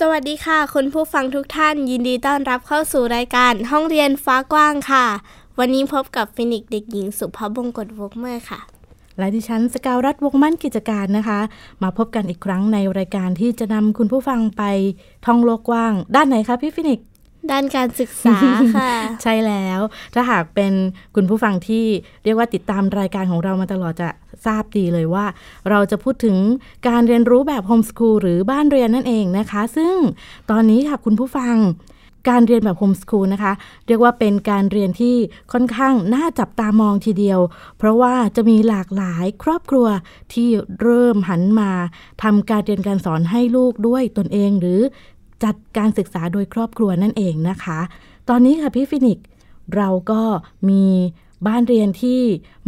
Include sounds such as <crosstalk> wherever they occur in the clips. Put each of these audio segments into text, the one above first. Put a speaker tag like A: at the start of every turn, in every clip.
A: สวัสดีค่ะ คุณผู้ฟังทุกท่านยินดีต้อนรับเข้าสู่รายการห้องเรียนฟ้ากว้างค่ะ วันนี้พบกับฟินิกซ์เด็กหญิงสุภาพบงกตวกเมื่อค่ะ
B: และดิฉันสกาวรัฐวงศ์มั่นกิจการนะคะ มาพบกันอีกครั้งในรายการที่จะนำคุณผู้ฟังไปท่องโลกกว้าง ด้านไหนคะพี่ฟินิกส์
A: ด้านการศึกษาค่ะ
B: ใช่แล้ว ถ้าหากเป็นคุณผู้ฟังที่เรียกว่าติดตามรายการของเรามาตลอดจะทราบดีเลยว่า เราจะพูดถึงการเรียนรู้แบบโฮมสคูลหรือบ้านเรียนนั่นเองนะคะ ซึ่งตอนนี้ค่ะคุณผู้ฟัง การเรียนแบบโฮมสคูลนะคะ เรียกว่าเป็นการเรียนที่ค่อนข้างน่าจับตามองทีเดียว เพราะว่าจะมีหลากหลายครอบครัวที่เริ่มหันมาทำการเรียนการสอนให้ลูกด้วยตนเองหรือจัดการศึกษาโดยครอบครัวนั่นเองนะคะ ตอนนี้ค่ะพี่ฟินิกซ์เราก็มีบ้านเรียนที่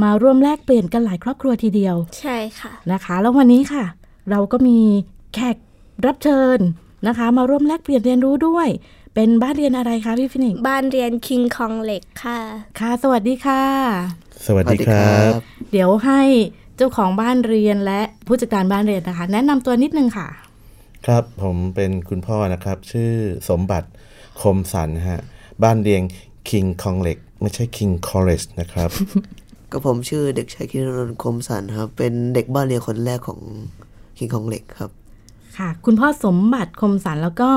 B: มาร่วมแลกเปลี่ยนกันหลายครอบครัวทีเดียว
A: ใช่ค่ะ
B: นะคะแล้ววันนี้ค่ะ เราก็มีแขกรับเชิญนะคะ มาร่วมแลกเปลี่ยนเรียนรู้ด้วย เป็นบ้านเรียนอะไรคะพี่ฟินิกส์
A: บ้านเรียนคิงคองเหล็กค่ะ
B: ค่ะ สวัสดีค่ะ
C: สวัสดีครับ
B: เดี๋ยวให้เจ้าของบ้านเรียนและผู้จัดการบ้านเรียนนะคะ แนะนำตัวนิดนึงค่ะ
C: ครับ ผมเป็นคุณพ่อนะครับ ชื่อสมบัติคมสันฮะ บ้านเรียง King Kong เหล็ก ไม่ใช่ King College นะครับ <laughs>
D: ก็ผมชื่อเด็กชายคิรนนท์คมสันครับ เป็นเด็กบ้านเรียนคนแรกของคิงของเหล็กครับ
B: ค่ะ คุณพ่อสมบัติคมสันแล้วก็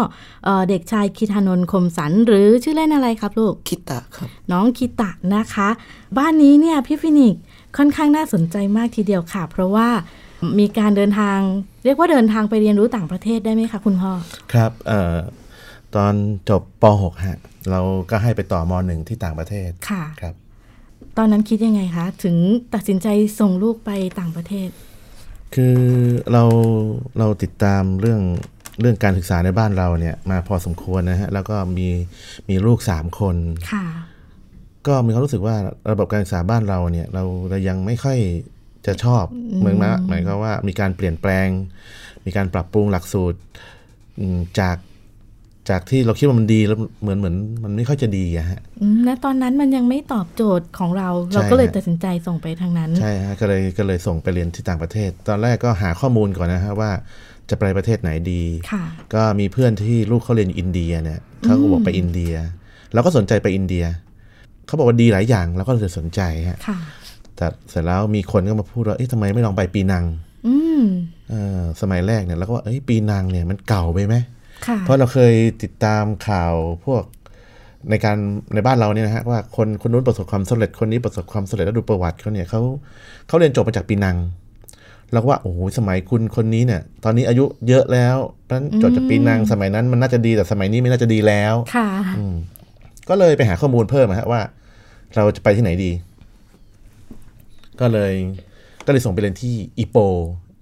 B: เอ่อเด็กชายคิธานนท์คมสันหรือชื่อเล่นอะไรครับลูก
D: คิตะครับ
B: น้องคิตะนะคะ บ้านนี้เนี่ยพี่ฟินิกซ์ค่อนข้างน่าสนใจมากทีเดียวค่ะ เพราะว่ามีการเดินทาง เรียกว่าเดินทางไปเรียนรู้ต่างประเทศได้ไหมคะคุณพ่อ
C: ครับเอ่อตอนจบป .6 ฮะ เราก็ให้ไปต่อม .1 ที่ต่างประเทศ
B: ค่ะ
C: ครับ
B: ตอนนั้นคิดยังไงคะ ถึงตัดสินใจส่งลูกไปต่างประเทศ
C: คือเราเราติดตามเรื่องเรื่องการศึกษาในบ้านเราเนี่ยมาพอสมควรนะฮะ แล้วก็มีมีลูก 3 คน
B: ค่ะ
C: ก็มีความรู้สึกว่าระบบการศึกษาบ้านเราเนี่ยเราเรายังไม่ค่อยจะชอบเหมือนมาหมายความว่ามีการเปลี่ยนแปลง มีการปรับปรุงหลักสูตรอืมจากจากที่เราคิดว่ามันดีแล้วเหมือนเหมือนมันไม่ค่อยจะดีอะฮะ
B: อืมและตอนนั้นมันยังไม่ตอบโจทย์ของเรา
C: ใช่
B: เราก็เลย
C: ฮะ
B: ตัดสินใจส่งไปทางนั้น
C: ใช่ฮะก็เลยก็เลยส่งไปเรียนที่ต่างประเทศ ตอนแรกก็หาข้อมูลก่อนนะฮะว่าจะไปประเทศไหนดี
B: ค่ะ
C: ก็มีเพื่อนที่ลูกเขาเรียนอยู่อินเดียเนี่ยเขาก็บอกไปอินเดียเราก็สนใจไปอินเดียเขาบอกว่าดีหลายอย่างเราก็เลยสนใจฮะ
B: ค่ะ
C: แต่เสร็จแล้วมีคนก็มาพูดว่า เอ๊ะทำไมไม่ลองไปปีนัง
B: อืม
C: เออสมัยแรกเนี่ยเราก็ว่า เอ้ย ปีนังเนี่ยมันเก่าไปไหม
B: ค่ะ
C: เพราะเราเคยติดตามข่าวพวกในการในบ้านเราเนี่ยนะฮะว่าคนคนนู้นประสบความสำเร็จคนนี้ประสบความสำเร็จแล้วดูประวัติเขาเนี่ยเขาเขาเรียนจบมาจากปีนังเราก็ว่าโอ้โหสมัยคุณคนนี้เนี่ย ตอนนี้อายุเยอะแล้วเพราะฉะนั้นจบจากปีนังสมัยนั้นมันน่าจะดีแต่สมัยนี้ไม่น่าจะดีแล้ว
B: ค่ะ
C: ก็เลยไปหาข้อมูลเพิ่มอะฮะว่า เราจะไปที่ไหนดี ก็เลยก็เลยส่งไปเรียนที่อีโป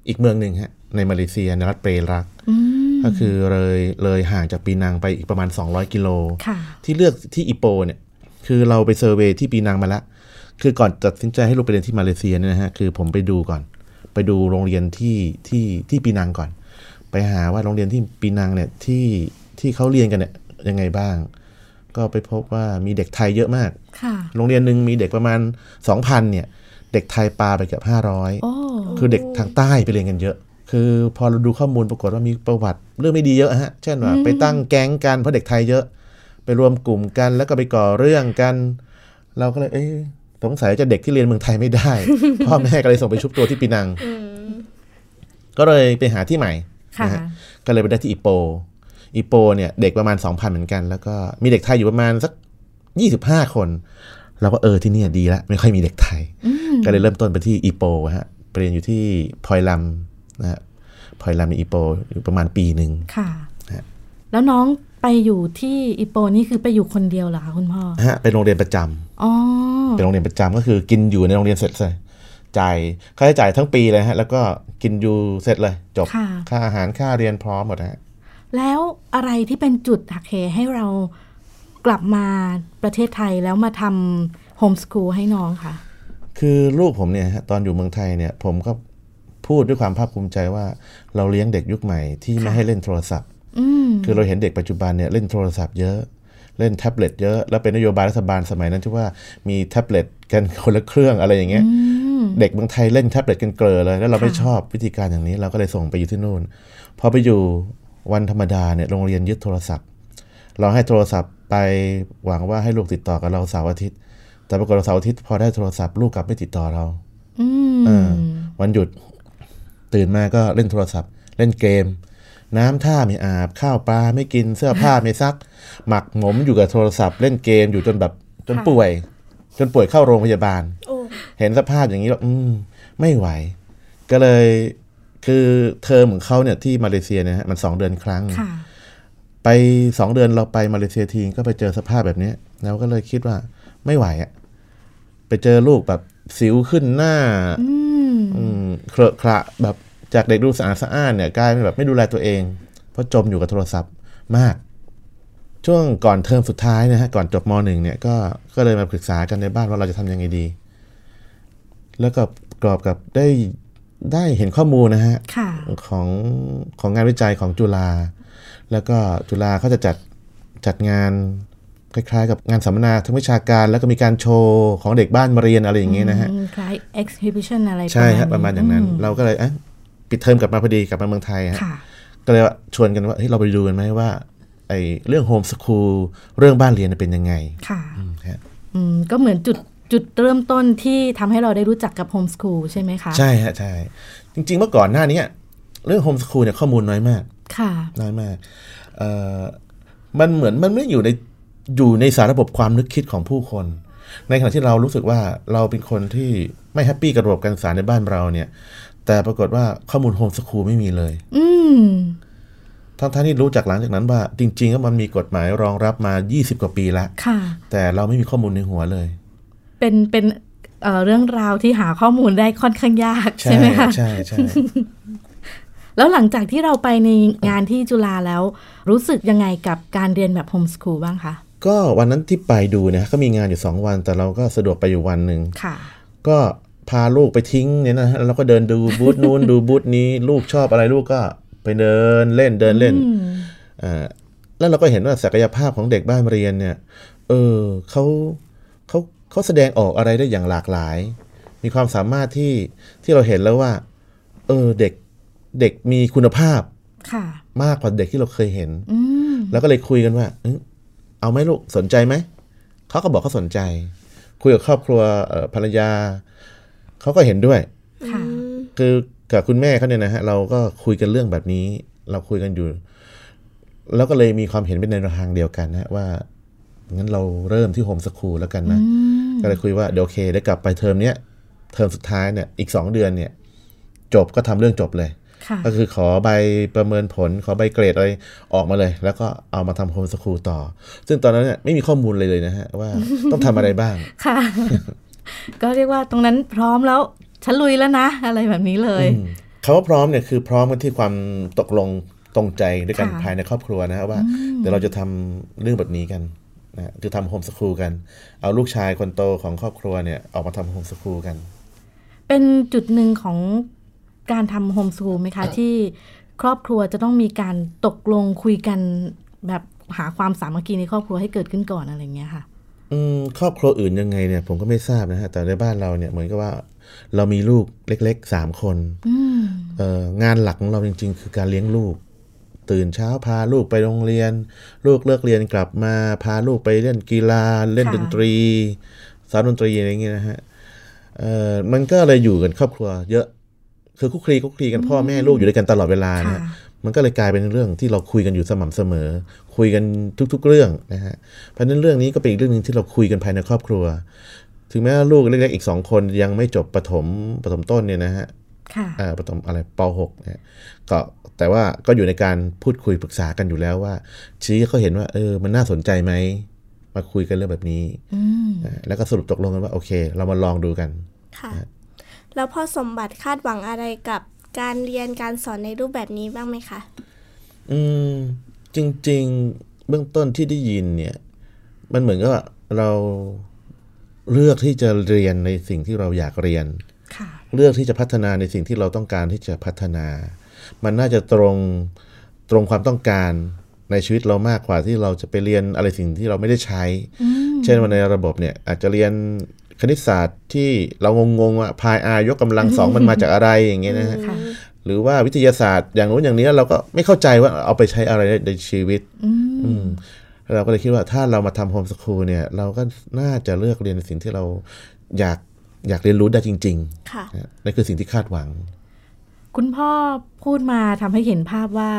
C: อีกเมืองหนึ่งฮะ ในมาเลเซียในรัฐเปรัก
B: อืม
C: ก็คือเลยเลยห่างจากปีนังไปอีกประมาณ 200 กิโล
B: ค่ะ
C: ที่เลือกที่อีโปเนี่ย คือเราไปเซอร์เวย์ที่ปีนังมาแล้ว คือก่อนตัดสินใจให้ลูกไปเรียนที่มาเลเซียเนี่ยนะฮะ คือผมไปดูก่อน ไปดูโรงเรียนที่ที่ที่ปีนังก่อน ไปหาว่าโรงเรียนที่ปีนังเนี่ยที่ที่เขาเรียนกันเนี่ยยังไงบ้าง ก็ไปพบว่ามีเด็กไทยเยอะมาก
B: ค่ะ
C: โรงเรียนหนึ่งมีเด็กประมาณ 2,000เนี่ย เด็กไทยปลาไปเกือบ500
B: โอ้
C: คือเด็กทางใต้ไปเรียนกันเยอะ คือพอเราดูข้อมูลปรากฏว่ามีประวัติเรื่องไม่ดีเยอะฮะ เช่นว่าไปตั้งแก๊งกันเพราะเด็กไทยเยอะ ไปรวมกลุ่มกันแล้วก็ไปก่อเรื่องกัน เราก็เลยเอ๊ะสงสัยจะเด็กที่เรียนเมืองไทยไม่ได้
B: <laughs>
C: พ่อแม่ก็เลยส่งไปชุบตัวที่ปีนัง ก็เลยไปหาที่ใหม่
B: ค่ะ
C: นฮก็เลยไปได้ที่อีโป อีโปเนี่ยเด็กประมาณ 2,000 เหมือนกัน แล้วก็มีเด็กไทยอยู่ประมาณสัก 25 คน เราก็เออที่เนี่ยดีละไม่ค่อยมีเด็กไทย ก็เลยเริ่มต้นไปที่อีโปฮะไปเรียนอยู่ที่พอยลัมนะฮะพอยลัมในอีโปอยู่ประมาณปีหนึ่ง
B: ค่ะ
C: ฮะ
B: แล้วน้องไปอยู่ที่อีโปนี่คือไปอยู่คนเดียวเหรอคะคุณพ่อ
C: นะฮะเป็นโรงเรียนประจำ
B: อ๋อ
C: เป็นโรงเรียนประจำก็คือกินอยู่ในโรงเรียนเสร็จเลยจ่ายค่าใช้จ่ายทั้งปีเลยฮะ แล้วก็กินอยู่เสร็จเลย จบ
B: ค่ะ
C: ค่าอาหารค่าเรียนพร้อมหมดฮะ
B: แล้วอะไรที่เป็นจุดหักเหให้เรากลับมาประเทศไทยแล้วมาทำโฮมส o ูลให้น้องค่ะ
C: คือลูกผมเนี่ยฮะตอนอยู่เมืองไทยเนี่ยผมก็พูดด้วยความภาคภูมิใจว่าเราเลี้ยงเด็กยุคใหม่ที่ไม่ให้เล่นโทรศัพท์
B: อืม
C: คือเราเห็นเด็กปัจจุบันเนี่ยเล่นโทรศัพท์เยอะ เล่นแท็บเล็ตเยอะ แล้วเป็นนโยบายรัฐบาลสมัยนั้นที่ว่ามีแท็บเล็ตกันคนละเครื่องอะไรอย่างเงี้ยเด็กเมืองไทยเล่นแท็บเล็ตกันเกลอเลย แล้วเราไม่ชอบวิธีการอย่างนี้ เราก็เลยส่งไปอยู่ที่นู่น พอไปอยู่วันธรรมดาเนี่ยโรงเรียนยึดโทรศัพท์ เราให้โทรศัพท์ไปหวังว่าให้ลูกติดต่อกับเราเสาร์อาทิตย์ แต่ปรากฏว่าเสาร์อาทิตย์พอได้โทรศัพท์ลูกกลับไม่ติดต่อเรา
B: อืม
C: เออวันหยุดตื่นมาก็เล่นโทรศัพท์ เล่นเกม น้ำท่าไม่อาบ ข้าวปลาไม่กินเสื้อผ้า ไม่ซัก หมักหมมอยู่กับโทรศัพท์ เล่นเกมอยู่จนแบบจนป่วย จนป่วยเข้าโรงพยาบาล
A: โอ้
C: เห็นสภาพอย่างนี้แบบอืมไม่ไหว ก็เลยคือเทอมของเขาเนี่ยที่มาเลเซียเนี่ยฮะมันสองเดือนครั้ง
B: ค่ะ
C: ไปสองเดือนเราไปมาเลเซียทีก็ไปเจอสภาพแบบนี้เราก็เลยคิดว่าไม่ไหวอะไปเจอลูกแบบสิวขึ้นหน้า
B: อืม
C: อืมเครอะคระแบบจากเด็กดูสะอาดสะอ้านเนี่ยกลายเป็นแบบไม่ดูแลตัวเอง เพราะจมอยู่กับโทรศัพท์มาก ช่วงก่อนเทอมสุดท้ายนะฮะก่อนจบมหนึ่งเนี่ยก็ก็เลยมาปรึกษากันในบ้านว่าเราจะทำยังไงดี แล้วก็กรอบกับได้ได้เห็นข้อมูลนะฮะ
B: ค่ะ
C: ของของงานวิจัยของจุฬา แล้วก็จุฬาเขาจะจัดจัดงานคล้ายๆ กับงานสัมมนาทั้งวิชาการ แล้วก็มีการโชว์ของเด็กบ้านมาเรียนอะไรอย่างเงี้ยนะฮะ
B: อืมคล้าย exhibition อะไร
C: ใช่ฮะประมาณอย่างนั้น
B: ม
C: เราก็เลยเอ๊ะปิดเทอมกลับมาพอดีกลับมาเมืองไทยฮะ
B: ค่ะ
C: ก็เลยว่าชวนกันว่าเฮ้ยเราไปดูกันไหมว่าไอ้เรื่องโฮมส o ูลเรื่องบ้านเรียนเป็นยังไง
B: ค่ะ
C: ฮะ
B: อืม ก็เหมือนจุดจุดเริ่มต้นที่ทำให้เราได้รู้จักกับโฮมส o ูลใช่ไหมคะ
C: ใช่ฮะใช่จริง ๆ เมื่อก่อนหน้านี้เรื่องโฮมส o ูลเนี่ยข้อมูลน้อยมาก
B: ค่ะ
C: น้อยมากเอ่อมันเหมือนมันไม่อยู่ในอยู่ในสาระบบความนึกคิดของผู้คน ในขณะที่เรารู้สึกว่าเราเป็นคนที่ไม่แฮปปี้กับระบบการศึกษาในบ้านเราเนี่ย แต่ปรากฏว่าข้อมูลโฮมส o ูลไม่มีเลย
B: อืม
C: ทั้งๆที่รู้จากหลังจากนั้นว่า จริงๆก็มันมีกฎหมายรองรับมา 20 กว่าปีละ
B: ค่ะ
C: แต่เราไม่มีข้อมูลในหัวเลย
B: เป็นเป็นเอ่อเรื่องราวที่หาข้อมูลได้ค่อนข้างยากใช่ไหมคะ
C: ใช่ใช่ <laughs>
B: แล้วหลังจากที่เราไปในงานที่จุฬาแล้ว รู้สึกยังไงกับการเรียนแบบโฮมส o ูลบ้างคะ
C: ก็วันนั้นที่ไปดูเนะก็มีงานอยู่ 2 วัน แต่เราก็สะดวกไปอยู่วันหนึ่ง
B: ค่ะ
C: ก็พาลูกไปทิ้งเนี่ยนะฮะแล้วเราก็เดินดูบูธนู้น <laughs> ดูบูธนี้ลูกชอบอะไรลูกก็ไปเดินเล่นเดินเล่นอ่าแล้วเราก็เห็นว่าศักยภาพของเด็กบ้านเรียนเนี่ย เออเขาเขาเขาแสดงออกอะไรได้อย่างหลากหลาย มีความสามารถที่ที่เราเห็นแล้วว่า เออเด็กเด็กมีคุณภาพ
B: ค่ะ
C: มากกว่าเด็กที่เราเคยเห็น
B: อืม
C: แล้วก็เลยคุยกันว่าเอ้ยเอาไหมลูกสนใจไหม เขาก็บอกเขาสนใจ คุยกับครอบครัวเอ่อภรรยา เขาก็เห็นด้วย
B: ค่ะ
C: คือกับคุณแม่เขาเนี่ยนะฮะเราก็คุยกันเรื่องแบบนี้ เราคุยกันอยู่ แล้วก็เลยมีความเห็นเป็นในทางเดียวกันนะว่างั้นเราเริ่มที่โฮมส o ูลแล้วกันนะ ก็เลยคุยว่าเดี๋ยวโอเคได้กลับไปเทอมเนี้ยเทอมสุดท้ายเนี่ยอีกสองเดือนเนี่ย จบก็ทำเรื่องจบเลย
B: ค่ะ
C: ก็คือขอใบประเมินผล ขอใบเกรดอะไรออกมาเลย แล้วก็เอามาทำโฮมส o ูลต่อ ซึ่งตอนนั้นเนี่ยไม่มีข้อมูลเลยเลยนะฮะ ว่าต้องทำอะไรบ้าง
B: ค่ะ <laughs> ก็เรียกว่าตรงนั้นพร้อมแล้ว ฉันลุยแล้วนะ อะไรแบบนี้เลย
C: คำว่าพร้อมเนี่ยคือพร้อมกันที่ความตกลงตรงใจด้วยกัน
B: ค่ะ
C: ภายในครอบครัวนะฮะว่า เดี๋ยวเราจะทำเรื่องแบบนี้กันนะฮะคือทำโฮมส o ูลกัน เอาลูกชายคนโตของครอบครัวเนี่ยออกมาทำโฮมส o ูลกัน
B: เป็นจุดหนึ่งของการทำโฮมส o ูลไหมคะ ที่ครอบครัวจะต้องมีการตกลงคุยกันแบบหาความสามัคคีในครอบครัวให้เกิดขึ้นก่อนอะไรอย่างเงี้ยค่ะ
C: อืมครอบครัวอื่นยังไงเนี่ยผมก็ไม่ทราบนะฮะแต่ในบ้านเราเนี่ยเหมือนกับว่าเรามีลูกเล็กๆสามคนเอ่องานหลักของเราจริง ๆ คือการเลี้ยงลูก ตื่นเช้าพาลูกไปโรงเรียน ลูกเลิกเรียนกลับมาพาลูกไปเล่นกีฬา เล่น
B: ค่ะ
C: ดนตรีสาวดนตรีอะไรอย่างเงี้ยนะฮะเอ่อมันก็เลยอยู่กันครอบครัว เยอะ คือคุกคลีคุกคลีกันพ่อแม่ลูกอยู่ด้วยกันตลอดเวลานะ
B: ค่ะ
C: ฮะ มันก็เลยกลายเป็นเรื่องที่เราคุยกันอยู่สม่ำเสมอ คุยกันทุกๆเรื่องนะฮะเพราะฉะนั้นเรื่องนี้ก็เป็นอีกเรื่องหนึ่งที่เราคุยกันภายในครอบครัว ถึงแม้ว่าลูกเล็กๆอีกสองคนยังไม่จบประถมประถมต้นเนี่ยนะฮะ
B: ค่ะ
C: อ่าประถมอะไรป .6 เนี่ยก็แต่ว่าก็อยู่ในการพูดคุยปรึกษากันอยู่แล้วว่า ชี้ให้เขาเห็นว่าเออมันน่าสนใจไหมมาคุยกันเรื่องแบบนี้
B: อืม
C: อ่าแล้วก็สรุปตกลงกันว่าโอเค เรามาลองดูกัน
A: ค่ะ แล้วพ่อสมบัติคาดหวังอะไรกับการเรียนการสอนในรูปแบบนี้บ้างไหมคะ
C: อืม จริง ๆ เบื้องต้นที่ได้ยินเนี่ย มันเหมือนกับว่าเราเลือกที่จะเรียนในสิ่งที่เราอยากเรียน
B: ค่ะ
C: เลือกที่จะพัฒนาในสิ่งที่เราต้องการที่จะพัฒนา มันน่าจะตรงตรงความต้องการในชีวิตเรามากกว่าที่เราจะไปเรียนอะไรสิ่งที่เราไม่ได้ใช้ เช่นว่าในระบบเนี่ยอาจจะเรียนคณิตศาสตร์ที่เรางงๆว่าพายอายกกำลังสองมันมาจากอะไรอย่างเงี้ยนะฮะ
B: ค่ะ
C: หรือว่าวิทยาศาสตร์อย่างนู้นอย่างนี้เราก็ไม่เข้าใจว่าเอาไปใช้อะไรในชีวิตอืมเราก็เลยคิดว่าถ้าเรามาทำโฮมส o ูลเนี่ย เราก็น่าจะเลือกเรียนในสิ่งที่เราอยากอยากเรียนรู้ได้จริง
A: ค่ะ
C: ๆนะนั่นคือสิ่งที่คาดหวัง
B: คุณพ่อพูดมาทำให้เห็นภาพว่า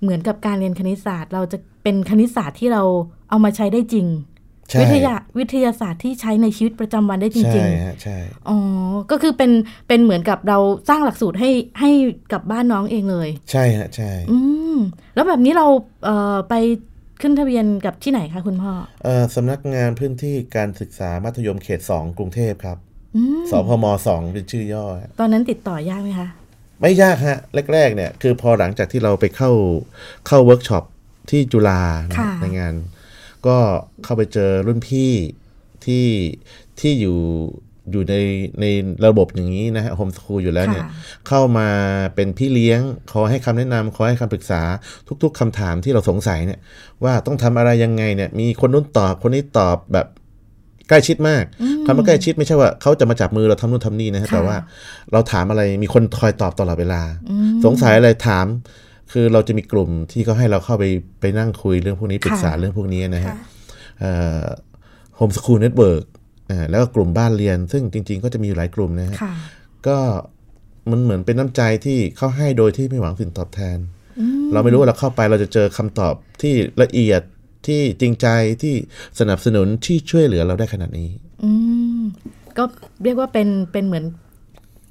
B: เหมือนกับการเรียนคณิตศาสตร์ เราจะเป็นคณิตศาสตร์ที่เราเอามาใช้ได้จริง
C: ใช่
B: วิทยาวิทยาศาสตร์ที่ใช้ในชีวิตประจำวันได้จ
C: ใช่
B: ริง
C: ฮะใช่
B: ๆ อ๋อ ก็คือเป็นเป็นเหมือนกับเราสร้างหลักสูตรให้ให้กับบ้านน้องเองเลย
C: ใช่ฮะใช่
B: อืม แล้วแบบนี้เราเอ่อไปขึ้นทะเบียนกับที่ไหนคะคุณพ่อ
C: เอ่อสำนักงานพื้นที่การศึกษามัธยมเขต 2 กรุงเทพครับ
B: อืม
C: สพม2เป็นชื่อย่อฮะ
B: ตอนนั้นติดต่อยากไหมคะ
C: ไม่ยากฮะ แรก ๆ เนี่ย คือพอหลังจากที่เราไปเข้าเข้าเวิร์กช็อปที่จุฬานะ
B: ค่ะ
C: ในงาน ก็เข้าไปเจอรุ่นพี่ที่ที่อยู่อยู่ในในระบบอย่างนี้นะฮะโฮมสคูลอยู่แล้วเนี่ย
B: ค่ะ
C: เข้ามาเป็นพี่เลี้ยงคอยให้คำแนะนำคอยให้คำปรึกษาทุก ๆคำถามที่เราสงสัยเนี่ย ว่าต้องทำอะไรยังไงเนี่ย มีคนนู้นตอบคนนี้ตอบแบบใกล้ชิดมากคำว่าใกล้ชิดไม่ใช่ว่าเขาจะมาจับมือเราทำนู่นทำนี่นะฮะ
B: ค่ะ
C: แต่ว่าเราถามอะไรมีคนคอยตอบตลอดเวลา สงสัยอะไรถาม คือเราจะมีกลุ่มที่เขาให้เราเข้าไปไปนั่งคุยเรื่องพวกนี้ปรึกษาเรื่องพวกนี้นะฮะ
A: ค่ะ
C: โฮมสคูลเน็ตเวิร์กแล้วก็กลุ่มบ้านเรียน ซึ่งจริง ๆ ก็จะมีอยู่หลายกลุ่มนะฮะ
B: ค่ะ
C: ก็มันเหมือนเป็นน้ำใจที่เขาให้โดยที่ไม่หวังสิ่งตอบแทน เราไม่รู้ว่าเราเข้าไปเราจะเจอคำตอบที่ละเอียดที่จริงใจที่สนับสนุนที่ช่วยเหลือเราได้ขนาดนี้
B: อืมก็เรียกว่าเป็นเป็นเหมือน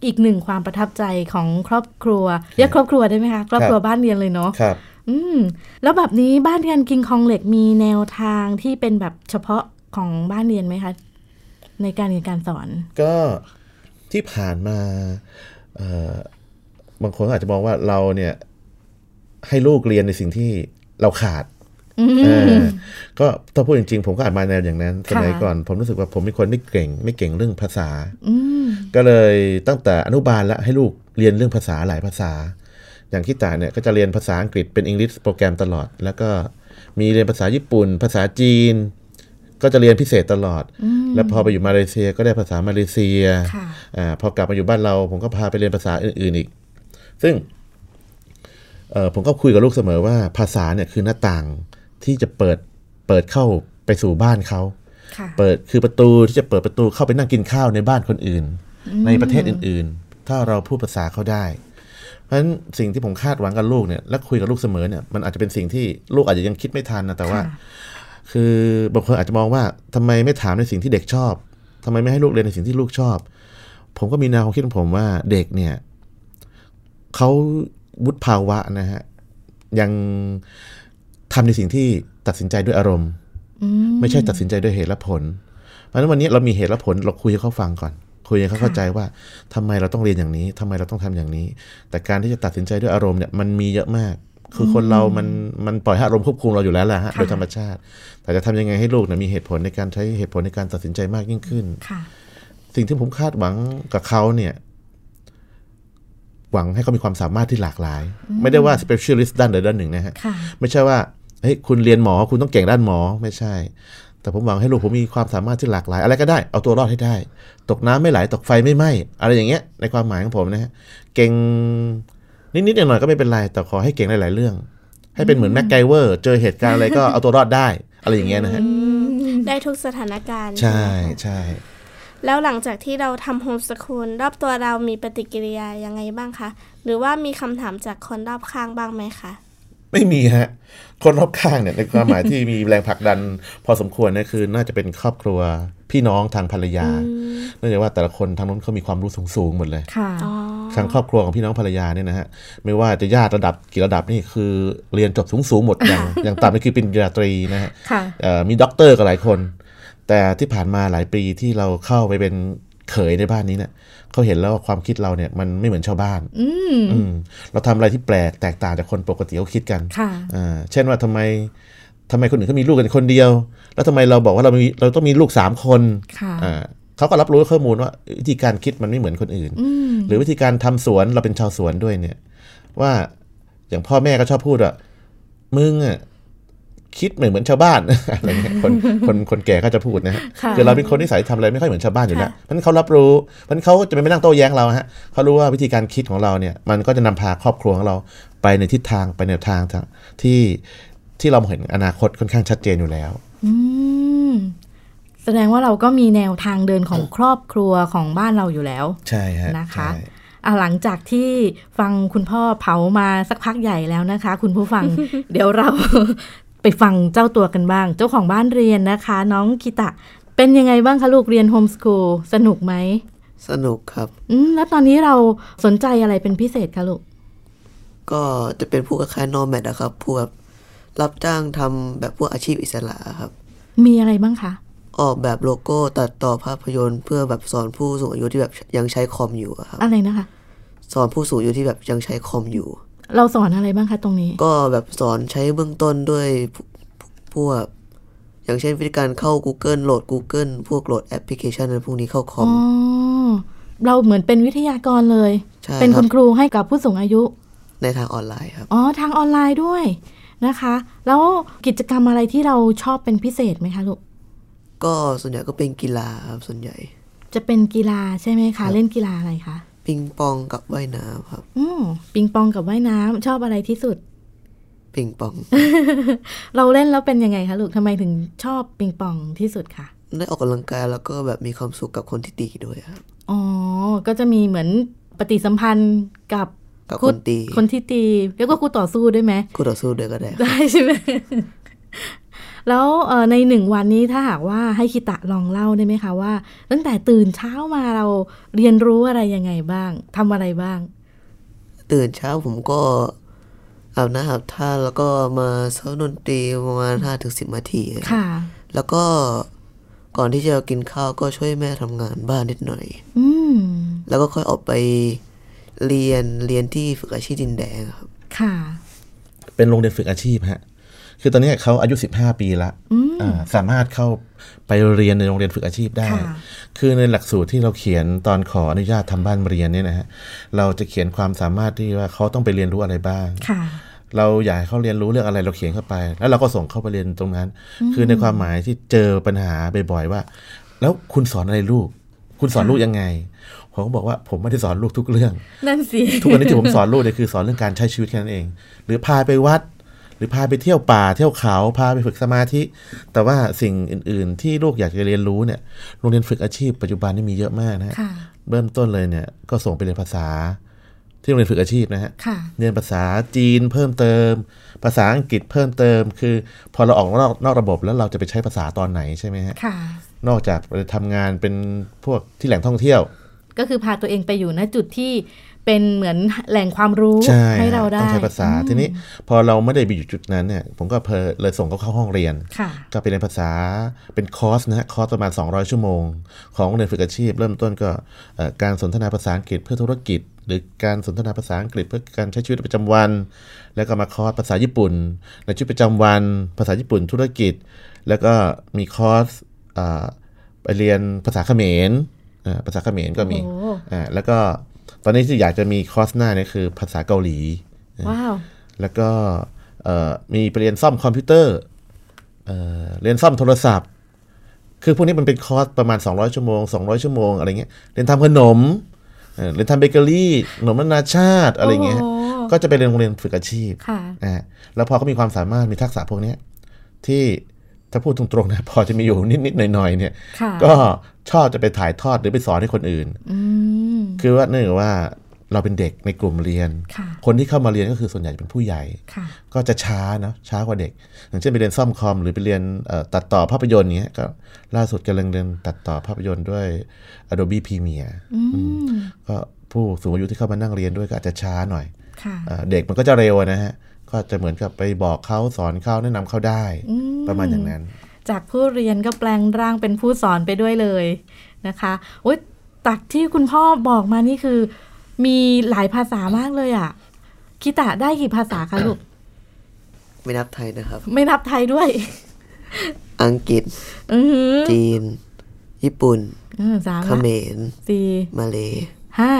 B: อีกหนึ่งความประทับใจของครอบครัวเรียกครอบครัวได้ไหมคะครอบครัวบ้านเรียนเลยเนาะ
C: ครับ
B: อืม แล้วแบบนี้บ้านเรียนกิงคองเหล็กมีแนวทางที่เป็นแบบเฉพาะของบ้านเรียนไหมคะ ในการเรียนการสอน
C: ก็ที่ผ่านมาเอ่อบางคนก็อาจจะมองว่าเราเนี่ยให้ลูกเรียนในสิ่งที่เราขาดเออก็ถ้าพูดจริงๆ ผมก็อาจมาแนวอย่างนั้นส
B: ค่ะ
C: มัยก่อน ผมรู้สึกว่าผมเป็นคนไม่เก่ง ไม่เก่งเรื่องภาษา
B: อืม
C: ก็เลยตั้งแต่อนุบาลละให้ลูกเรียนเรื่องภาษาหลายภาษา อย่างที่ตาเนี่ยก็จะเรียนภาษาอังกฤษเป็น English โปรแกรมตลอด แล้วก็มีเรียนภาษาญี่ปุ่น ภาษาจีน ก็จะเรียนพิเศษตลอด แล้วพอไปอยู่มาเลเซียก็ได้ภาษามาเลเซีย
B: ค่ะ
C: อ่าพอกลับมาอยู่บ้านเรา ผมก็พาไปเรียนภาษาอื่นๆอีก ซึ่งเอ่อผมก็คุยกับลูกเสมอว่าภาษาเนี่ยคือหน้าต่างที่จะเปิดเปิดเข้าไปสู่บ้านเขา
B: ค่ะ
C: เปิดคือประตูที่จะเปิดประตูเข้าไปนั่งกินข้าวในบ้านคนอื่น ในประเทศอื่นๆ ถ้าเราพูดภาษาเขาได้ เพราะฉะนั้นสิ่งที่ผมคาดหวังกับลูกเนี่ยและคุยกับลูกเสมอเนี่ยมันอาจจะเป็นสิ่งที่ลูกอาจจะยังคิดไม่ทันนะแต่ว่า คือบางคนอาจจะมองว่าทำไมไม่ถามในสิ่งที่เด็กชอบทำไมไม่ให้ลูกเรียนในสิ่งที่ลูกชอบ ผมก็มีแนวความคิดของผมว่าเด็กเนี่ยเขาวุฒิภาวะนะฮะยังทำในสิ่งที่ตัดสินใจด้วยอารมณ์ ไม่ใช่ตัดสินใจด้วยเหตุและผล เพราะฉะนั้นวันนี้เรามีเหตุและผลเราคุยให้เขาฟังก่อน คุยให้เขาเข้าใจว่าทำไมเราต้องเรียนอย่างนี้ทำไมเราต้องทำอย่างนี้ แต่การที่จะตัดสินใจด้วยอารมณ์เนี่ยมันมีเยอะมาก คือคนเรามันมันปล่อยให้อารมณ์ควบคุมเราอยู่แล้วแหละฮะโดยธรรมชาติ แต่จะทำยังไงให้ลูกเนี่ยมีเหตุผลในการใช้เหตุผลในการตัดสินใจมากยิ่งขึ้น
B: ค่ะ
C: สิ่งที่ผมคาดหวังกับเขาเนี่ย หวังให้เขามีความสามารถที่หลากหลาย ไม่ได้ว่า specialist ด้านใดด้านหนึ่งนะฮะ
B: ค่ะ
C: ไม่ใช่ว่าเฮ้ยคุณเรียนหมอคุณต้องเก่งด้านหมอไม่ใช่ แต่ผมหวังให้ลูกผมมีความสามารถที่หลากหลาย อะไรก็ได้เอาตัวรอดให้ได้ ตกน้ำไม่ไหลตกไฟไม่ไหม้อะไรอย่างเงี้ยในความหมายของผมนะฮะเก่งนิดๆหน่อยๆก็ไม่เป็นไรแต่ขอให้เก่งหลาย ๆ เรื่อง ให้เป็นเหมือนแม็กไกเวอร์เจอเหตุการณ์อะไรก็เอาตัวรอดได้ อะไรอย่างเงี้ยนะฮะ
A: ได้ทุกสถานการณ์
C: ใช่
A: ไหมคะ
C: ใช่
A: แล้วหลังจากที่เราทำโฮมส o ูลรอบตัวเรามีปฏิกิริยายังไงบ้างคะ หรือว่ามีคำถามจากคนรอบข้างบ้างไหมคะ
C: ไม่มีฮะ คนรอบข้างเนี่ยในความหมายที่ <laughs> มีแรงผลักดัน พอสมควรเนี่ยคือน่าจะเป็นครอบครัวพี่น้องทางภรรยาเนื่องจากว่าแต่ละคนทางนู้นเขามีความรู้สูงๆหมดเลย
B: ค่ะ
C: ทางครอบครัวของพี่น้องภรรยาเนี่ยนะฮะไม่ว่าจะญาติระดับกี่ระดับนี่คือเรียนจบสูงสู <laughs> งๆหมดอย่างอย่างต่ำนี่คือปริญญาตรีนะฮะ
B: ค่ะ
C: เอ่อมีด็อกเตอร์กันหลายคน แต่ที่ผ่านมาหลายปีที่เราเข้าไปเป็น เขยในบ้านนี้เนี่ยเขาเห็นแล้วว่าความคิดเราเนี่ยมันไม่เหมือนชาวบ้าน
B: อืม
C: อืมเราทำอะไรที่แปลกแตกต่างจากคนปกติเขาคิดกัน
B: ค่ะ
C: อ่าเช่นว่าทำไมทำไมคนอื่นเขามีลูกกันคนเดียว แล้วทำไมเราบอกว่าเรามีเราต้องมีลูกสามคน
B: ค่ะ
C: อ่าเขาก็รับรู้ข้อมูลว่าวิธีการคิดมันไม่เหมือนคนอื่น
B: อืม
C: หรือวิธีการทำสวนเราเป็นชาวสวนด้วยเนี่ย ว่าอย่างพ่อแม่ก็ชอบพูดว่ามึงอ่ะคิดไม่เหมือนชาวบ้าน <laughs> อะไรเงี้ยคนคนคนแก่ก็จะพูดนะฮะ
B: ค่ะ
C: คือเราเป็นคนนิสัยทำอะไรไม่ค่อยเหมือนชาวบ้านอยู่แล้วเพราะฉะนั้นเขารับรู้เพราะฉะนั้นเขาจะไม่นั่งโต้แย้งเราฮะเขารู้ว่าวิธีการคิดของเราเนี่ย มันก็จะนำพาครอบครัวของเราไปในทิศทางไปในทางที่ที่เราเห็นอนาคตค่อนข้างชัดเจนอยู่แล้ว
B: อืม แสดงว่าเราก็มีแนวทางเดินของครอบครัวของบ้านเราอยู่แล้ว
C: ใช่ฮะ
B: นะคะ
C: ใช่
B: อ่ะหลังจากที่ฟังคุณพ่อเผามาสักพักใหญ่แล้วนะคะ คุณผู้ฟัง เดี๋ยวเรา <laughs> ไปฟังเจ้าตัวกันบ้าง เจ้าของบ้านเรียนนะคะ น้องคิตะ เป็นยังไงบ้างคะลูกเรียนโฮมสคูลสนุกไหม
D: สนุกครับ
B: อืมแล้วตอนนี้เราสนใจอะไรเป็นพิเศษคะลูก
D: ก็จะเป็นพวกคล้ายๆนอแมดนะครับพวกแบบรับจ้างทำแบบพวกอาชีพอิสระครับ
B: มีอะไรบ้างคะ
D: ออกแบบโลโก้ตัดต่อภาพยนตร์ เพื่อแบบสอนผู้สูงอายุที่แบบยังใช้คอมอยู่อะครับ
B: อะไรนะคะ
D: สอนผู้สูงอายุที่แบบยังใช้คอมอยู่
B: เราสอนอะไรบ้างคะตรงนี้
D: ก็แบบสอนใช้เบื้องต้นด้วยพวพวก อย่างเช่นวิธีการเข้า Google โหลด Google พวกโหลดแอปพลิเคชันอะไรพวกนี้เข้าคอ
B: อ๋
D: ม
B: อ เราเหมือนเป็นวิทยากรเลย
D: ใช่
B: เป็น
D: ค
B: คุ
D: รับ
B: ณครูให้กับผู้สูงอายุ
D: ในทางออนไลน์ครับ
B: อ๋อ ทางออนไลน์ด้วยนะคะ แล้วกิจกรรมอะไรที่เราชอบเป็นพิเศษไหมคะลูก
D: ก็ส่วนใหญ่ก็เป็นกีฬาครับส่วนใหญ่
B: จะเป็นกีฬาใช่ไหมคะ เล่นกีฬาอะไรคะ
D: ปิงปองกับว่ายน้ำครับ
B: อืมปิงปองกับว่ายน้ำชอบอะไรที่สุด
D: ปิงปอง
B: เราเล่นแล้วเป็นยังไงคะลูกทำไมถึงชอบปิงปองที่สุดคะ
D: ได้ออกกำลังกายแล้วก็แบบมีความสุขกับคนที่ตีด้วยครับ
B: อ๋อ ก็จะมีเหมือนปฏิสัมพันธ์กับ
D: กับ
B: คู่
D: คนตี
B: คนที่ตีแล้วก็คู่ต่อสู้ด้วยไหม
D: คู่ต่อสู้ด้วยก็ได้ครับ
B: ได้ใช่ไหม แล้วเอ่อในหนึ่งวันนี้ถ้าหากว่าให้คิตะลองเล่าได้ไหมคะว่า ตั้งแต่ตื่นเช้ามาเราเรียนรู้อะไรยังไงบ้างทำอะไรบ้าง
D: ตื่นเช้าผมก็อาบน้ำอาบท่าแล้วก็มาซ้อมดนตรีประมาณห้าถึงสิบนาทีครับ
B: ค่ะ
D: แล้วก็ก่อนที่จะกินข้าวก็ช่วยแม่ทำงานบ้านนิดหน่อย
B: อืม
D: แล้วก็ค่อยออกไปเรียนเรียนที่ฝึกอาชีพดินแดงครับ
B: ค่ะ
C: เป็นโรงเรียนฝึกอาชีพฮะคือตอนนี้เขาอายุ 15 ปีละอ่าสามารถเข้าไปเรียนในโรงเรียนฝึกอาชีพได้
B: ค่ะ
C: คือในหลักสูตรที่เราเขียนตอนขออนุญาตทำบ้านเรียนเนี่ยนะฮะเราจะเขียนความสามารถที่ว่าเขาต้องไปเรียนรู้อะไรบ้าง
B: ค่ะ
C: เราอยากให้เขาเรียนรู้เรื่องอะไรเราเขียนเข้าไป แล้วเราก็ส่งเข้าไปเรียนตรงนั้น คือในความหมายที่เจอปัญหาบ่อยๆว่า แล้วคุณสอนอะไรลูก คุณสอนลูกยังไงผมก็บอกว่าผมไม่ได้สอนลูกทุกเรื่อง
B: นั่นสิ
C: ทุกวันนี้ที่ผมสอนลูกเนี่ยคือสอนเรื่องการใช้ชีวิตแค่นั้นเอง หรือพาไปวัด หรือพาไปเที่ยวป่าเที่ยวเขาพาไปฝึกสมาธิ แต่ว่าสิ่งอื่น ๆ ที่ลูกอยากจะเรียนรู้เนี่ยโรงเรียนฝึกอาชีพปัจจุบันนี่มีเยอะมากนะฮะ
B: ค่ะ
C: เริ่มต้นเลยเนี่ยก็ส่งไปเรียนภาษา ที่โรงเรียนฝึกอาชีพนะฮะ
B: ค่ะ
C: เรียนภาษาจีนเพิ่มเติม ภาษาอังกฤษเพิ่มเติม คือ พอเราออกนอกนอกระบบแล้วเราจะไปใช้ภาษาตอนไหนใช่ไหมฮะ
B: ค่ะ
C: นอกจากไปทำงานเป็นพวกที่แหล่งท่องเที่ยว
B: ก็คือพาตัวเองไปอยู่ณจุดที่เป็นเหมือนแหล่งความรู้
C: ใช่
B: เราได้
C: ต้องใช้ภาษาทีนี้พอเราไม่ได้ไปอยู่จุดนั้นเนี่ยผมก็เพอเลยส่งเขาเข้าห้องเรียน
B: ค่ะ
C: ก็ไปเรียนภาษาเป็นคอร์สนะฮะคอร์สประมาณ 200 ชั่วโมง ของโรงเรียนฝึกอาชีพ เริ่มต้นก็เอ่อการสนทนาภาษาอังกฤษเพื่อธุรกิจ หรือการสนทนาภาษาอังกฤษเพื่อการใช้ชีวิตประจำวัน แล้วก็มาคอร์สภาษาญี่ปุ่น ในชีวิตประจำวัน ภาษาญี่ปุ่นธุรกิจ แล้วก็มีคอร์สเอ่อไปเรียนภาษาเขมรอ่าภาษาเขมรก็มี
B: โอ้โห
C: อ่าแล้วก็ตอนนี้ที่อยากจะมีคอร์สหน้าเนี่ยคือภาษาเกาหลี
B: ว้าว
C: แล้วก็เอ่อมีไปเรียนซ่อมคอมพิวเตอร์เอ่อเรียนซ่อมโทรศัพท์ คือพวกนี้มันเป็นคอร์สประมาณ 200 ชั่วโมง 200 ชั่วโมงอะไรเงี้ยเรียนทำขนมเอ่อเรียนทำเบเกอรี่ขนมนานาชาติอะไรเงี้ย
B: โอ้โห
C: ก็จะไปเรียนโรงเรียนฝึกอาชีพ
B: ค่ะ
C: นะฮะแล้วพอเขามีความสามารถมีทักษะพวกเนี้ยที่ถ้าพูดตรงๆนะพอจะมีอยู่นิดๆหน่อยๆเนี่ย
B: ค่ะ
C: ก็ชอบจะไปถ่ายทอดหรือไปสอนให้คนอื่น
B: อืม
C: คือว่าเนื่องจากว่าเราเป็นเด็กในกลุ่มเรียน
B: ค่ะ
C: คนที่เข้ามาเรียนก็คือส่วนใหญ่จะเป็นผู้ใหญ่
B: ค่ะ
C: ก็จะช้านะช้ากว่าเด็ก อย่างเช่นไปเรียนซ่อมคอมหรือไปเรียนเอ่อตัดต่อภาพยนตร์เนี้ยก็ล่าสุดกำลังเรียนตัดต่อภาพยนตร์ด้วย Adobe Premiere
B: อืม
C: ก็ผู้สูงอายุที่เข้ามานั่งเรียนด้วยก็อาจจะช้าหน่อย
B: ค่ะ
C: เอ่อเด็กมันก็จะเร็วอะนะฮะ ก็จะเหมือนกับไปบอกเขาสอนเขาแนะนำเขาได้
B: อืม
C: ประมาณอย่างนั้น <laughs>
B: จากผู้เรียนก็แปลงร่างเป็นผู้สอนไปด้วยเลยนะคะโอ๊ย ตักที่คุณพ่อบอกมานี่คือ มีหลายภาษามากเลยอ่ะคิตะได้กี่ภาษาคะลูก
D: ไม่นับไทยนะครับ
B: ไม่นับไทยด้วย
D: อังกฤษ
B: อือหือ
D: จีน ญี่ปุ่น
B: เออสาม
D: เข
B: ละ
D: มร
B: สี่
D: มาเลย
B: ห้า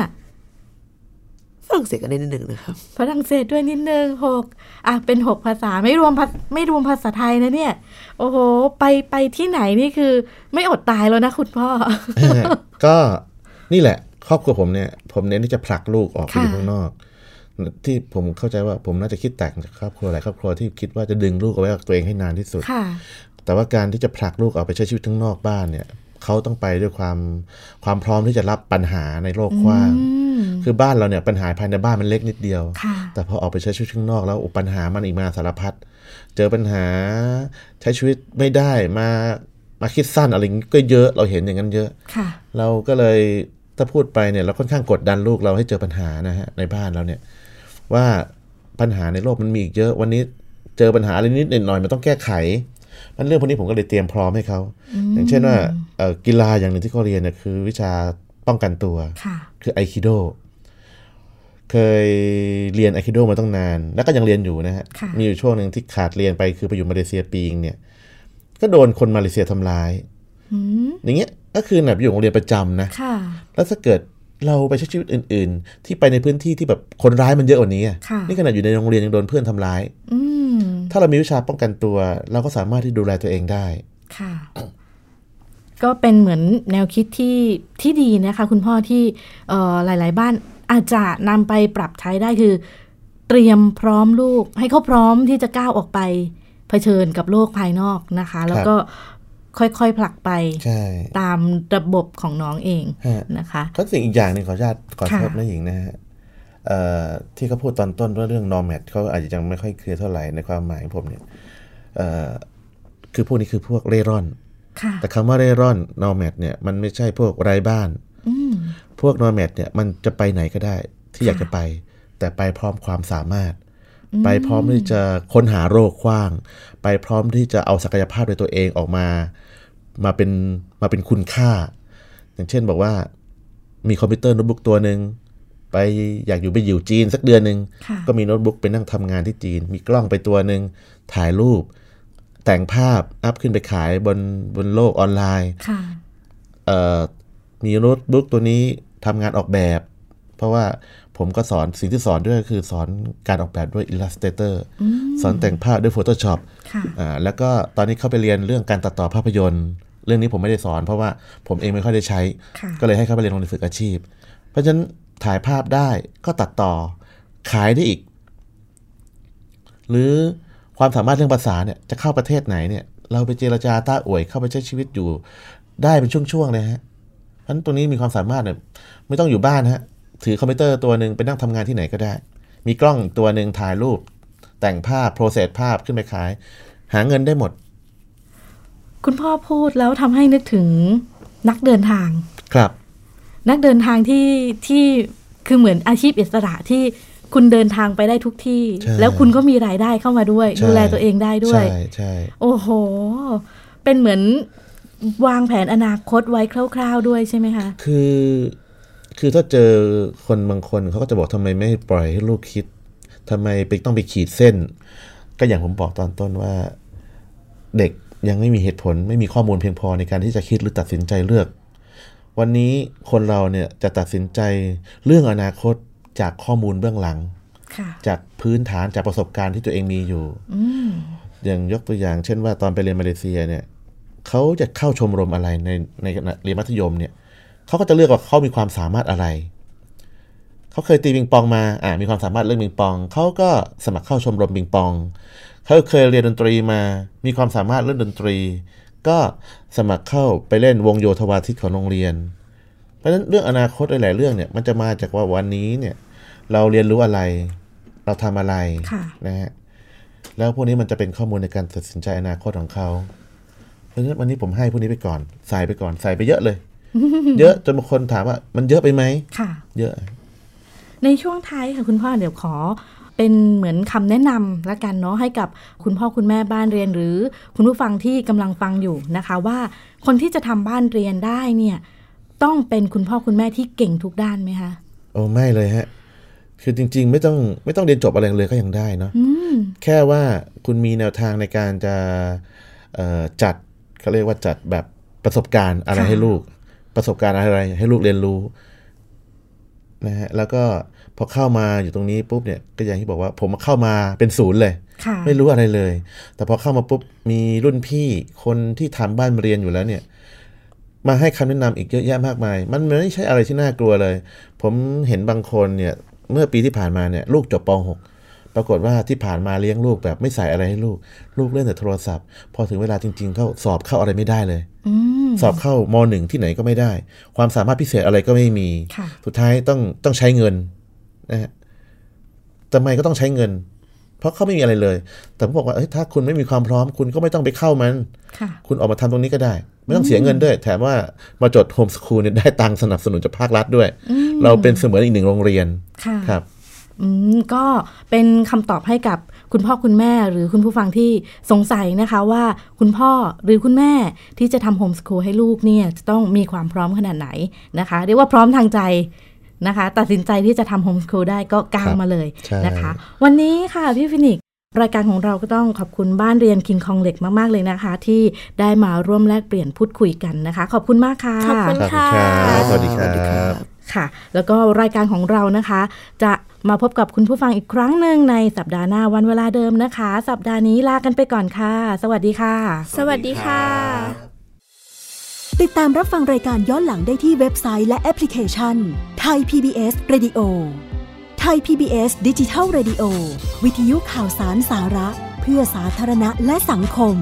D: ฝรั่งเศสก็ได้นิดหนึ่งนะครับ
B: ฝรั่งเศสด้วยนิดนึงหกอ่ะเป็นหกภาษาไม่รวมภาไม่รวมภาษาไทยนะเนี่ย โอ้โห ไปไปที่ไหนนี่คือ ไม่อดตายแล้วนะคุณพ่อ
C: ก็นี่แหละ ครอบครัวผมเนี่ย ผมเน้นที่จะผลักลูกออกไป
B: ค่ะ
C: อยู่ข้างนอก ที่ผมเข้าใจว่าผมน่าจะคิดแตกจากครอบครัวหลายครอบครัวที่คิดว่าจะดึงลูกเอาไว้กับตัวเองให้นานที่สุด
B: ค่ะ
C: แต่ว่าการที่จะผลักลูกออกไปใช้ชีวิตข้างนอกบ้านเนี่ยเขาต้องไปด้วยความความพร้อมที่จะรับปัญหาในโลกกว้าง
B: อืม
C: คือบ้านเราเนี่ยปัญหาภายในบ้านมันเล็กนิดเดียว
B: ค่ะ
C: แต่พอออกไปใช้ชีวิตข้างนอกแล้วโอ้ปัญหามันอีกมาสารพัด เจอปัญหาใช้ชีวิตไม่ได้มามาคิดสั้นอะไรอย่างงี้ก็เยอะเราเห็นอย่างนั้นเยอะ
B: ค่ะ
C: เราก็เลยถ้าพูดไปเนี่ยเราค่อนข้างกดดันลูกเราให้เจอปัญหานะฮะในบ้านเราเนี่ยว่าปัญหาในโลกมันมีอีกเยอะวันนี้เจอปัญหาอะไรนิดหน่อยมันต้องแก้ไขมันเรื่องพวกนี้ผมก็เลยเตรียมพร้อมให้เขาอย่างเช่นว่าเอ่อกีฬาอย่างหนึ่งที่เขาเรียนเนี่ยคือวิชาป้องกันตัว
B: ค่ะ
C: คือไอคิโด เคยเรียนไอคิโดมาตั้งนาน แล้วก็ยังเรียนอยู่นะฮะ
B: ค่ะ
C: มีอยู่ช่วงหนึ่งที่ขาดเรียนไปคือไปอยู่มาเลเซียปีนึงเนี่ย ก็โดนคนมาเลเซียทำร้าย
B: อืม
C: อย่างเงี้ย ก็คือแบบอยู่โรงเรียนประจำนะ
B: ค่ะ
C: แล้วถ้าเกิดเราไปใช้ชีวิตอื่น ๆ ที่ไปในพื้นที่ที่แบบคนร้ายมันเยอะกว่านี้อะ
B: ค่ะ
C: นี่ขนาดอยู่ในโรงเรียนยังโดนเพื่อนทำร้าย
B: อืม
C: ถ้าเรามีวิชาป้องกันตัว เราก็สามารถที่ดูแลตัวเองได้
B: ค่ะ ก็เป็นเหมือนแนวคิดที่ที่ดีนะคะ คุณพ่อที่เอ่อหลาย ๆ บ้านอาจจะนำไปปรับใช้ได้คือ เตรียมพร้อมลูก ให้เขาพร้อมที่จะก้าวออกไป เผชิญกับโลกภายนอกนะคะ แล้วก็ค่อยๆผลักไป
C: ใช่
B: ตามระบบของน้องเอง
C: ฮะ
B: นะคะ
C: ก็สิ่งอีกอย่างหนึ่งขออนุญาตขอโทษ
B: ค่ะ
C: นะหญิงนะฮะเอ่อที่เขาพูดตอนต้นว่าเรื่อง nomad เขาอาจจะยังไม่ค่อยเคลียร์เท่าไหร่ในความหมายของผมเนี่ยเอ่อคือพวกนี้คือพวกเร่ร่อน
B: ค่ะ
C: แต่คำว่าเร่ร่อน nomad เนี่ยมันไม่ใช่พวกไร้บ้าน
B: อืม
C: พวก nomad เนี่ยมันจะไปไหนก็ได้ที่อยาก
B: ค่ะ
C: จะไป แต่ไปพร้อมความสามารถ ไปพร้อมที่จะค้นหาโรคกว้าง ไปพร้อมที่จะเอาศักยภาพในตัวเองออกมา มาเป็นมาเป็นคุณค่า อย่างเช่นบอกว่ามีคอมพิวเตอร์โน้ตบุ๊กตัวหนึ่งไปอยากอยู่ไปอยู่จีนสักเดือนหนึ่ง
B: ค่ะ
C: ก็มีโน้ตบุ๊กไปนั่งทำงานที่จีน มีกล้องไปตัวหนึ่งถ่ายรูป แต่งภาพอัพขึ้นไปขายบนบนโลกออนไลน์
B: ค่ะ
C: เอ่อมีโน้ตบุ๊กตัวนี้ทำงานออกแบบ เพราะว่าผมก็สอนสิ่งที่สอนด้วยก็คือสอนการออกแบบด้วย Illustrator สอนแต่งภาพด้วย Photoshop
B: ค่ะ
C: อ่าแล้วก็ตอนนี้เข้าไปเรียนเรื่องการตัดต่อภาพยนตร์ เรื่องนี้ผมไม่ได้สอน เพราะว่าผมเองไม่ค่อยได้ใช้
B: ค่ะ
C: ก็เลยให้เข้าไปเรียนโรงเรียนฝึกอาชีพ เพราะฉะนั้นถ่ายภาพได้ก็ตัดต่อขายได้อีก หรือความสามารถเรื่องภาษาเนี่ยจะเข้าประเทศไหนเนี่ย เราไปเจรจาต้าอวยเข้าไปใช้ชีวิตอยู่ได้เป็นช่วงๆเลยฮะเพราะฉะนั้นตัวนี้มีความสามารถเนี่ยไม่ต้องอยู่บ้านฮะถือคอมพิวเตอร์ตัวหนึ่งไปนั่งทำงานที่ไหนก็ได้ มีกล้องตัวหนึ่งถ่ายรูป แต่งภาพโปรเซสภาพขึ้นไปขาย หาเงินได้หมด
B: คุณพ่อพูดแล้วทำให้นึกถึงนักเดินทาง
C: ครับ
B: นักเดินทางที่ที่คือเหมือนอาชีพอิสระที่คุณเดินทางไปได้ทุกที่
C: ใช่
B: แล้วคุณก็มีรายได้เข้ามาด้วย
C: ใช่
B: ดูแลตัวเองได้ด้วย
C: ใช่ใช่
B: โอ้โห เป็นเหมือนวางแผนอนาคตไว้คร่าวๆด้วยใช่ไหมคะ
C: คือคือถ้าเจอคนบางคนเขาก็จะบอกทำไมไม่ปล่อยให้ลูกคิดทำไมไปต้องไปขีดเส้น ก็อย่างผมบอกตอนต้นว่า เด็กยังไม่มีเหตุผล ไม่มีข้อมูลเพียงพอในการที่จะคิดหรือตัดสินใจเลือก วันนี้คนเราเนี่ยจะตัดสินใจเรื่องอนาคตจากข้อมูลเบื้องหลัง
B: ค่ะ
C: จากพื้นฐานจากประสบการณ์ที่ตัวเองมีอยู่
B: อืม
C: อย่างยกตัวอย่างเช่นว่าตอนไปเรียนมาเลเซียเนี่ยเขาจะเข้าชมรมอะไรในในขณะเรียนมัธยมเนี่ยเขาก็จะเลือกว่าเขามีความสามารถอะไร เขาเคยตีปิงปองมาอ่ามีความสามารถเรื่องปิงปองเขาก็สมัครเข้าชมรมปิงปองเขาเคยเรียนดนตรีมา มีความสามารถเรื่องดนตรี ก็สมัครเข้าไปเล่นวงโยธวาทิตของโรงเรียน เพราะฉะนั้นเรื่องอนาคตหลายๆเรื่องเนี่ยมันจะมาจากว่าวันนี้เนี่ยเราเรียนรู้อะไร เราทำอะไร
B: ค่ะ
C: นะฮะแล้วพวกนี้มันจะเป็นข้อมูลในการตัดสินใจอนาคตของเขา เพราะฉะนั้นวันนี้ผมให้พวกนี้ไปก่อนใส่ไปก่อนใส่ไปเยอะเลย <laughs> เยอะจนบางคนถามว่า มันเยอะไปไหม
B: ค่ะ
C: เยอะ
B: ในช่วงท้ายค่ะคุณพ่อเดี๋ยวขอเป็นเหมือนคำแนะนำละกันเนาะให้กับคุณพ่อคุณแม่บ้านเรียน หรือคุณผู้ฟังที่กำลังฟังอยู่นะคะ ว่าคนที่จะทำบ้านเรียนได้เนี่ย ต้องเป็นคุณพ่อคุณแม่ที่เก่งทุกด้านไหมคะ
C: โอ้ไม่เลยฮะ คือจริง ๆ ไม่ต้องไม่ต้องเรียนจบอะไรเลยก็ยังได้เนาะ
B: อืม
C: แค่ว่าคุณมีแนวทางในการจะเอ่อจัดเขาเรียกว่าจัดแบบประสบการณ์อะไร
B: ค่ะ
C: ให้ลูก ประสบการณ์อะไรให้ลูกเรียนรู้นะฮะแล้วก็พอเข้ามาอยู่ตรงนี้ปุ๊บเนี่ยก็อย่างที่บอกว่าผมเข้ามาเป็นศูนย์เลย
B: ค่ะ
C: ไม่รู้อะไรเลย แต่พอเข้ามาปุ๊บ มีรุ่นพี่คนที่ทำบ้านเรียนอยู่แล้วเนี่ย มาให้คำแนะนำอีกเยอะแยะมากมาย มันไม่ใช่อะไรที่น่ากลัวเลย ผมเห็นบางคนเนี่ย เมื่อปีที่ผ่านมาเนี่ย ลูกจบป .6 ปรากฏว่าที่ผ่านมาเลี้ยงลูกแบบไม่ใส่อะไรให้ลูก ลูกเล่นแต่โทรศัพท์ พอถึงเวลาจริง ๆ เข้าสอบเข้าอะไรไม่ได้เลย
B: อืม
C: สอบเข้ามหนึ่งที่ไหนก็ไม่ได้ ความสามารถพิเศษอะไรก็ไม่มี
B: ค่ะ
C: สุดท้ายต้องต้องใช้เงินนะฮะทำไมก็ต้องใช้เงิน เพราะเขาไม่มีอะไรเลย แต่ผมบอกว่าเอ้ยถ้าคุณไม่มีความพร้อม คุณก็ไม่ต้องไปเข้ามัน
B: ค่ะ
C: คุณออกมาทำตรงนี้ก็ได้ ไม่ต้องเสียเงินด้วย แถมว่ามาจดโฮมส o ูลเนี่ยได้ตังค์สนับสนุนจากภาครัฐด้วย เราเป็นเสมือนอีกหนึ่งโรงเรียน
B: ค่ะ
C: ครับ
B: อืมก็เป็นคำตอบให้กับคุณพ่อคุณแม่หรือคุณผู้ฟังที่สงสัยนะคะว่าคุณพ่อหรือคุณแม่ที่จะทำโฮมส o ูลให้ลูกเนี่ยจะต้องมีความพร้อมขนาดไหนนะคะ เรียกว่าพร้อมทางใจนะคะ ตัดสินใจที่จะทำโฮมส o ูลได้ก็กลาง
C: ครับ
B: มาเลย
C: ใช่
B: นะคะ วันนี้ค่ะพี่ฟินิกซ์รายการของเราก็ต้องขอบคุณบ้านเรียนคิงคองเหล็กมาก ๆ เลยนะคะ ที่ได้มาร่วมแลกเปลี่ยนพูดคุยกันนะคะ ขอบคุณมากค่ะ
A: ขอบคุณ
C: ขอบคุณครับสวัสดีค
D: สวัสดีค
C: รั
D: รับ บ
B: ค่ะ แล้วก็รายการของเรานะคะ จะมาพบกับคุณผู้ฟังอีกครั้งหนึ่งในสัปดาห์หน้าวันเวลาเดิมนะคะ สัปดาห์นี้ลากันไปก่อนค่ะ สวัสดีค่ะ
A: สวัสดีค่ะ
E: ติดตามรับฟังรายการย้อนหลังได้ที่เว็บไซต์และแอปพลิเคชันไทย PBS Radio ไทย PBS ดิจิทัล Radio วิทยุข่าวสารสาระ เพื่อสาธารณะและสังคม